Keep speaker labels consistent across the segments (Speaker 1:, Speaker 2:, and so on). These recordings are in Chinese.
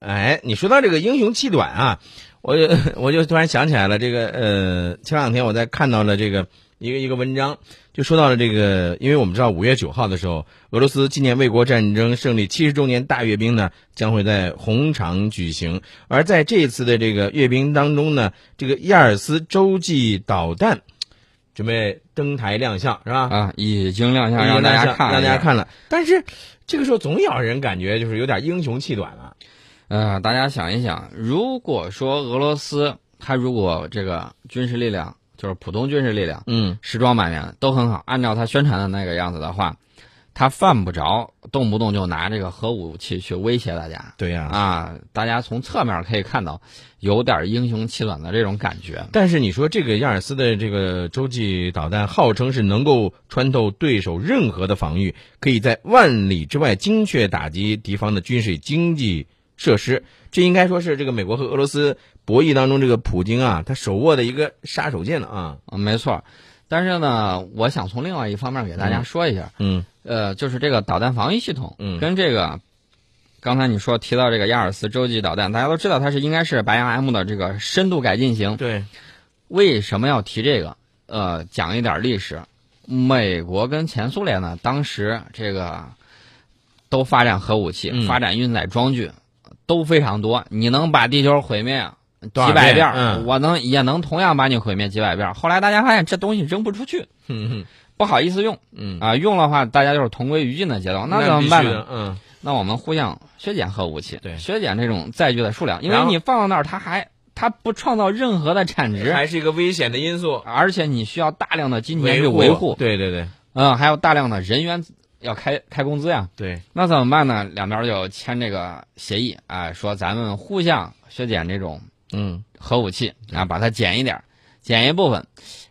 Speaker 1: 哎，你说到这个英雄气短啊，我就我就突然想起来了，这个呃，前两天我在看到了这个一个一个文章，就说到了这个，因为我们知道五月九号的时候，俄罗斯纪念卫国战争胜利七十周年大阅兵呢将会在红场举行，而在这次的这个阅兵当中呢，这个伊尔斯洲际导弹准备登台亮相，是吧？
Speaker 2: 啊，已经亮相
Speaker 1: 已
Speaker 2: 让
Speaker 1: 经
Speaker 2: 大
Speaker 1: 亮
Speaker 2: 家
Speaker 1: 相
Speaker 2: 看，
Speaker 1: 让大家。看了，但是这个时候总有人感觉就是有点英雄气短了。
Speaker 2: 呃，大家想一想，如果说俄罗斯它如果这个军事力量就是普通军事力量，
Speaker 1: 嗯，
Speaker 2: 时装满员都很好，按照它宣传的那个样子的话，它犯不着动不动就拿这个核武器去威胁大家
Speaker 1: 对呀、
Speaker 2: 啊。大家从侧面可以看到，有点英雄气短的这种感觉。
Speaker 1: 但是你说这个亚尔斯的这个洲际导弹，号称是能够穿透对手任何的防御，可以在万里之外精确打击敌方的军事与经济设施，这应该说是这个美国和俄罗斯博弈当中，这个普京啊，他手握的一个杀手锏了啊。
Speaker 2: 嗯，没错。但是呢，我想从另外一方面给大家说一下，
Speaker 1: 嗯
Speaker 2: 呃，就是这个导弹防御系统，
Speaker 1: 嗯
Speaker 2: 跟这个刚才你说提到这个亚尔斯洲际导弹，大家都知道它是应该是白杨 M 的这个深度改进型。
Speaker 1: 对，
Speaker 2: 为什么要提这个？呃，讲一点历史，美国跟前苏联呢，当时这个都发展核武器，
Speaker 1: 嗯
Speaker 2: 发展运载装具，都非常多。你能把地球毁灭几百
Speaker 1: 遍
Speaker 2: 遍儿，
Speaker 1: 嗯
Speaker 2: 我能也能同样把你毁灭几百遍儿。后来大家发现这东西扔不出去，
Speaker 1: 嗯
Speaker 2: 不好意思用
Speaker 1: 嗯，
Speaker 2: 啊、用的话大家就是同归于尽的结果。那怎么办
Speaker 1: 必须
Speaker 2: 呢？
Speaker 1: 的？嗯，
Speaker 2: 那我们互相削减核武器，
Speaker 1: 对
Speaker 2: 削减这种载具的数量，因为
Speaker 1: 然后
Speaker 2: 你放到那儿，它还它不创造任何的产值，
Speaker 1: 还是一个危险的因素，
Speaker 2: 而且你需要大量的金钱去维护，
Speaker 1: 对对对
Speaker 2: 嗯，还有大量的人员要开开工资呀。
Speaker 1: 对，
Speaker 2: 那怎么办呢？两边就签这个协议啊，说咱们互相削减这种
Speaker 1: 嗯
Speaker 2: 核武器啊，把它减一点儿，减一部分。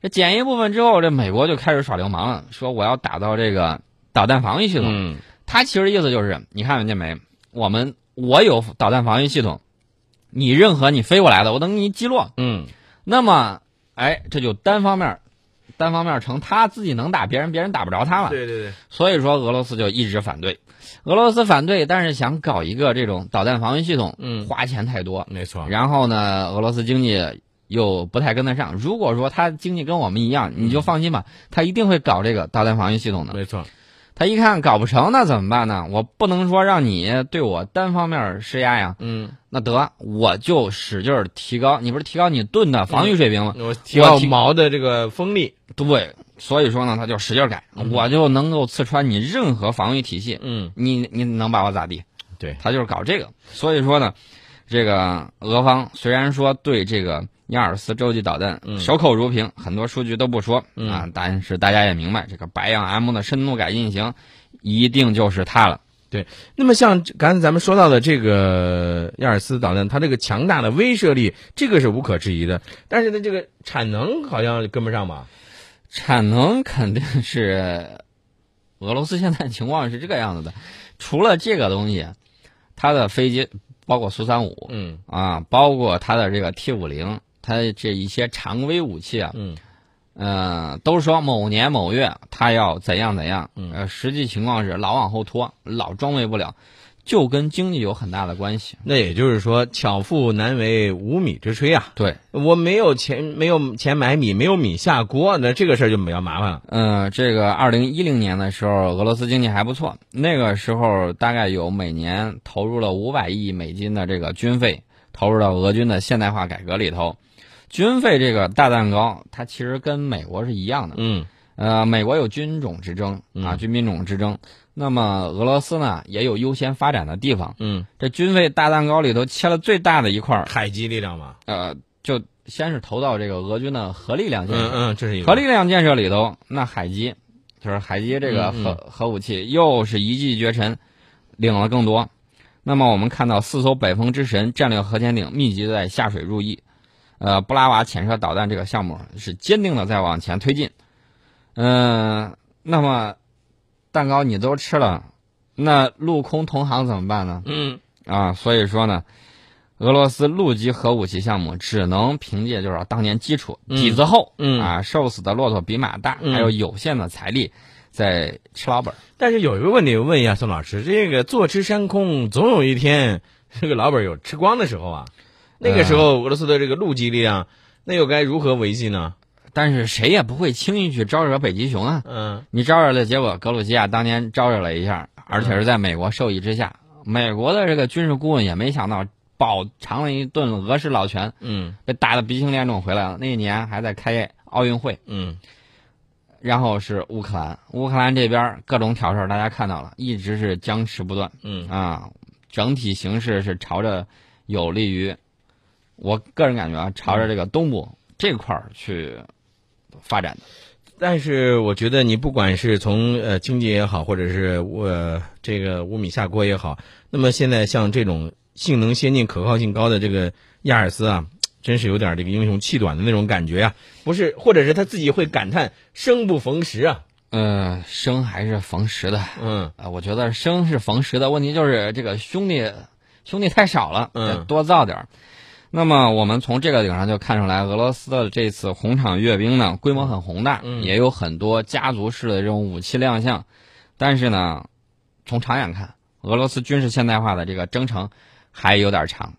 Speaker 2: 这减一部分之后，这美国就开始耍流氓了，说我要打造这个导弹防御系统。
Speaker 1: 嗯
Speaker 2: 他其实意思就是，你看人家没，我们我有导弹防御系统，你任何你飞过来的，我能给你击落。
Speaker 1: 嗯，
Speaker 2: 那么，哎，这就单方面儿，单方面儿成他自己能打别人，别人打不着他了。
Speaker 1: 对对对，
Speaker 2: 所以说，俄罗斯就一直反对。俄罗斯反对，但是想搞一个这种导弹防御系统，
Speaker 1: 嗯，
Speaker 2: 花钱太多。
Speaker 1: 没错，
Speaker 2: 然后呢，俄罗斯经济又不太跟得上。如果说他经济跟我们一样，你就放心吧，他一定会搞这个导弹防御系统的。
Speaker 1: 没错，
Speaker 2: 他一看搞不成，那怎么办呢？我不能说让你对我单方面施压呀。
Speaker 1: 嗯，
Speaker 2: 那得我就使劲儿提高，你不是提高你盾的防御水平吗？
Speaker 1: 我提到
Speaker 2: 提
Speaker 1: 矛的这个锋利，
Speaker 2: 对，所以说呢，他就使劲儿改，我就能够刺穿你任何防御体系，
Speaker 1: 嗯。
Speaker 2: 你你能把我咋地？
Speaker 1: 对
Speaker 2: 他就是搞这个。所以说呢，这个俄方虽然说对这个亚尔斯洲际导弹
Speaker 1: 嗯
Speaker 2: 守口如瓶，很多数据都不说、
Speaker 1: 嗯
Speaker 2: 啊，但是大家也明白，这个白杨 M 的深度改进型一定就是它了。
Speaker 1: 那么像刚才咱们说到的这个亚尔斯导弹，它这个强大的威慑力，这个是无可置疑的。但是呢，这个产能好像跟不上吧？
Speaker 2: 产能肯定是俄罗斯现在情况是这个样子的，除了这个东西，它的飞机包括苏三五
Speaker 1: 嗯
Speaker 2: 啊，包括它的这个 T 五零，它的这一些常规武器啊，
Speaker 1: 嗯
Speaker 2: 嗯、都说某年某月它要怎样怎样，
Speaker 1: 嗯
Speaker 2: 呃，实际情况是老往后拖，老装备不了，就跟经济有很大的关系。
Speaker 1: 那也就是说，巧妇难为无米之炊啊！
Speaker 2: 对，
Speaker 1: 我没有钱，没有钱买米，没有米下锅，那这个事儿就比较麻烦了。
Speaker 2: 嗯，这个二零一零年的时候，俄罗斯经济还不错，那个时候大概有每年投入了五百亿美金的这个军费，投入到俄军的现代化改革里头。军费这个大蛋糕，它其实跟美国是一样的。
Speaker 1: 嗯
Speaker 2: 呃，美国有军种之争啊，
Speaker 1: 嗯
Speaker 2: 军民种之争。那么俄罗斯呢，也有优先发展的地方。
Speaker 1: 嗯，
Speaker 2: 这军费大蛋糕里头切了最大的一块儿，
Speaker 1: 海基力量嘛，
Speaker 2: 呃，就先是投到这个俄军的核力量建设
Speaker 1: 嗯。嗯，这是一个
Speaker 2: 核力量建设里头，那海基就是海基这个
Speaker 1: 嗯嗯
Speaker 2: 核、核武器又是一骑绝尘，领了更多。那么我们看到四艘北风之神战略核潜艇密集地在下水入役，呃，布拉瓦潜射导弹这个项目是坚定的在往前推进。嗯、那么蛋糕你都吃了，那陆空同行怎么办呢？
Speaker 1: 嗯
Speaker 2: 啊，所以说呢，俄罗斯陆基核武器项目只能凭借就是当年基础
Speaker 1: 嗯
Speaker 2: 底子厚，
Speaker 1: 嗯
Speaker 2: 啊，瘦死的骆驼比马大，
Speaker 1: 嗯
Speaker 2: 还有有限的财力在吃老本儿。
Speaker 1: 但是有一个问题，我问一下宋老师，这个坐吃山空，总有一天这个老本有吃光的时候啊，那个时候俄罗斯的这个陆基力量，那又该如何维系呢？
Speaker 2: 但是谁也不会轻易去招惹北极熊啊！
Speaker 1: 嗯，
Speaker 2: 你招惹了，结果格鲁吉亚当年招惹了一下，而且
Speaker 1: 嗯
Speaker 2: 是在美国授意之下，美国的这个军事顾问也没想到，饱尝了一顿俄式老拳，
Speaker 1: 嗯
Speaker 2: 被打得鼻青脸肿回来了。那一年还在开奥运会，
Speaker 1: 嗯
Speaker 2: 然后是乌克兰，乌克兰这边各种挑事儿，大家看到了，一直是僵持不断
Speaker 1: 嗯
Speaker 2: 啊，整体形势是朝着有利于，我个人感觉啊，朝着这个东部这块儿去发展的。
Speaker 1: 但是我觉得你不管是从呃经济也好，或者是呃这个五米下锅也好，那么现在像这种性能先进、可靠性高的这个亚尔斯啊，真是有点这个英雄气短的那种感觉啊，不是，或者是他自己会感叹生不逢时啊，
Speaker 2: 呃，生还是逢时的
Speaker 1: 嗯
Speaker 2: 啊、我觉得生是逢时的，问题就是这个兄弟兄弟太少了，
Speaker 1: 嗯
Speaker 2: 得多造点儿。那么我们从这个顶上就看出来，俄罗斯的这次红场阅兵呢，规模很宏大，
Speaker 1: 嗯
Speaker 2: 也有很多家族式的这种武器亮相。但是呢，从长远看，俄罗斯军事现代化的这个征程还有点长，